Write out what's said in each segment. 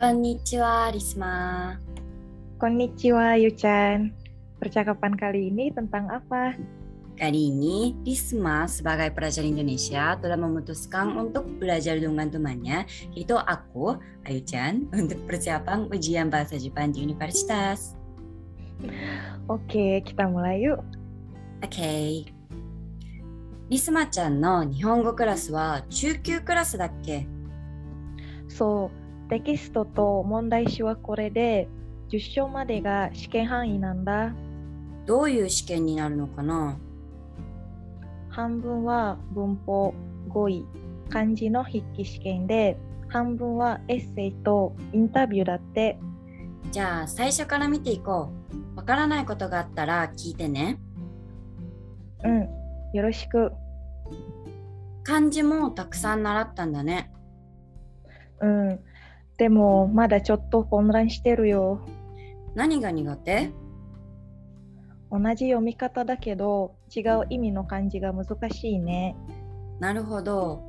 こんにちは、リスマ。 Konnichiwa, Yuchan. Percakapan kali ini tentang apa? Kali ini, Risma sebagai pelajar Indonesia telah memutuskan untuk belajar dengan temannya, yaitu aku, Ayu-chan, untuk persiapan ujian bahasa Jepang di universitas. Oke, kita mulai yuk. OK。リスマちゃんの日本語クラスは中級クラスだっけそう、テキストと問題集はこれで、10章までが試験範囲なんだ。どういう試験になるのかな半分は文法、語彙、漢字の筆記試験で、半分はエッセイとインタビューだって。じゃあ、最初から見ていこう。わからないことがあったら聞いてね。うん、よろしく。漢字もたくさん習ったんだね。うん。でも、まだちょっと混乱してるよ。何が苦手同じ読み方だけど、違う意味の漢字が難しいね。なるほど。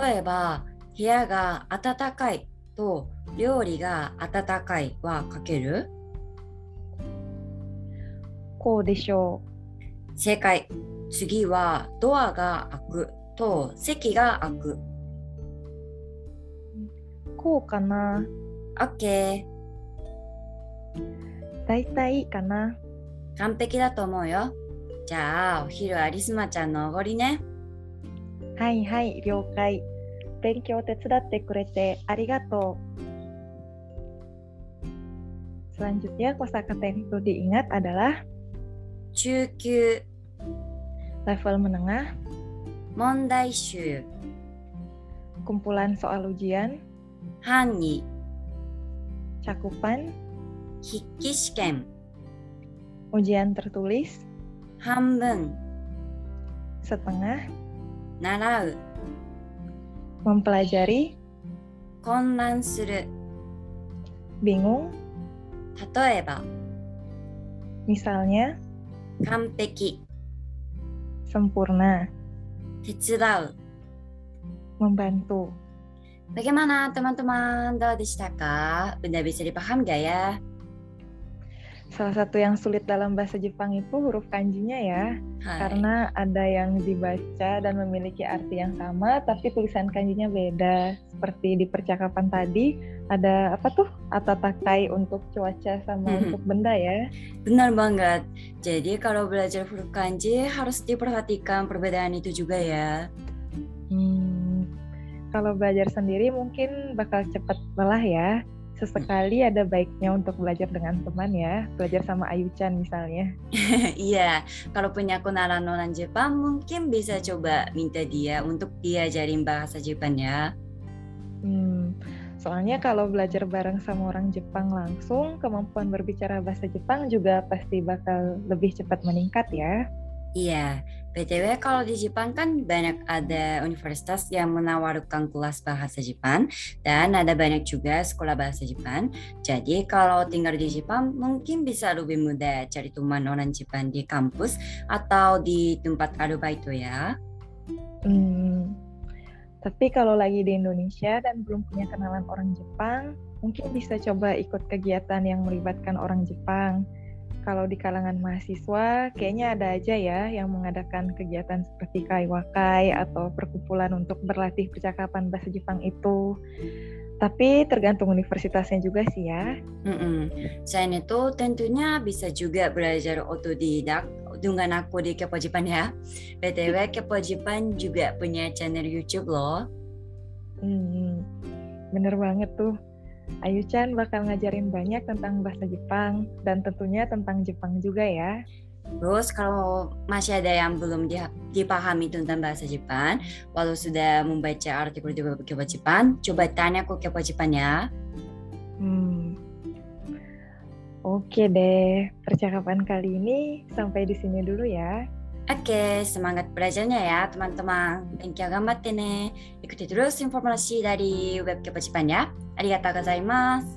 例えば、部屋が暖かいと料理が温かいは書けるこうでしょう。正解。次はドアが開くと席が開く。こうかな。 OK。だいたいいいかな。完璧だと思うよ。じゃあ、お昼はリスマちゃんのおごりね。はいはい、了解。勉強手伝ってくれてありがとう。Selanjutnya kosakata yang perlu diingat adalah 中級、 level menengah, 問題集、 kumpulan soal ujian, 範囲、 cakupan, 筆記試験、 ujian tertulis, 半分、 setengah, 習う、 mempelajari, 混乱する。 bingung, 例えば、 misalnya 完璧、 sempurna, 手伝う。 membantu. Bagaimana teman-teman? Doa di Shitaka? Bunda bisa dipaham gak ya? Salah satu yang sulit dalam bahasa Jepang itu huruf kanjinya ya. Hai. karena ada yang dibaca dan memiliki arti yang sama tapi tulisan kanjinya beda seperti di percakapan tadi ada apa tuh atatakai untuk cuaca sama Mhm. untuk benda ya Benar banget. Jadi kalau belajar huruf kanji harus diperhatikan perbedaan itu juga ya. Hmm, kalau belajar sendiri mungkin bakal cepat lelah ya sesekali ada baiknya untuk belajar dengan teman ya belajar sama Ayu-chan misalnya Iya, kalau punya kenalan orang Jepang mungkin bisa coba minta dia untuk diajarin bahasa Jepang ya. Hmm, soalnya kalau belajar bareng sama orang Jepang langsung kemampuan berbicara bahasa Jepang juga pasti bakal lebih cepat meningkat ya Iya, BTW kalau di Jepang kan banyak ada universitas yang menawarkan kelas bahasa Jepang dan ada banyak juga sekolah bahasa Jepang. Jadi kalau tinggal di Jepang mungkin bisa lebih mudah cari teman orang Jepang di kampus atau di tempat arubaito ya. Hmm. Tapi kalau lagi di Indonesia dan belum punya kenalan orang Jepang, mungkin bisa coba ikut kegiatan yang melibatkan orang Jepang. Kalau di kalangan mahasiswa, kayaknya ada aja ya yang mengadakan kegiatan seperti kaiwakai atau perkumpulan untuk berlatih percakapan bahasa Jepang itu. Tapi tergantung universitasnya juga sih ya. Mm-mm. Selain itu tentunya bisa juga belajar otodidak dengan aku di Kepo Jepang ya. BTW Kepo Jepang juga punya channel YouTube loh. Hmm, bener banget tuh. Ayu-chan bakal ngajarin banyak tentang bahasa Jepang dan tentunya tentang Jepang juga ya. Terus kalau masih ada yang belum dia- dipahami tentang bahasa Jepang, walau sudah membaca artikel di Kepo Jepang, coba tanya ke Kepo Jepang ya. Hmm. Oke deh, percakapan kali ini sampai di sini dulu ya. Oke, semangat belajarnya ya teman-teman. Thank you, gambatte ne. Ikuti terus informasi dari web Kepo Jepang ya. Arigatou gozaimasu.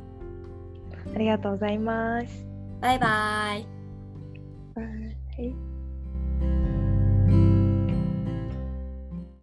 Arigatou gozaimasu. Bye-bye. Bye.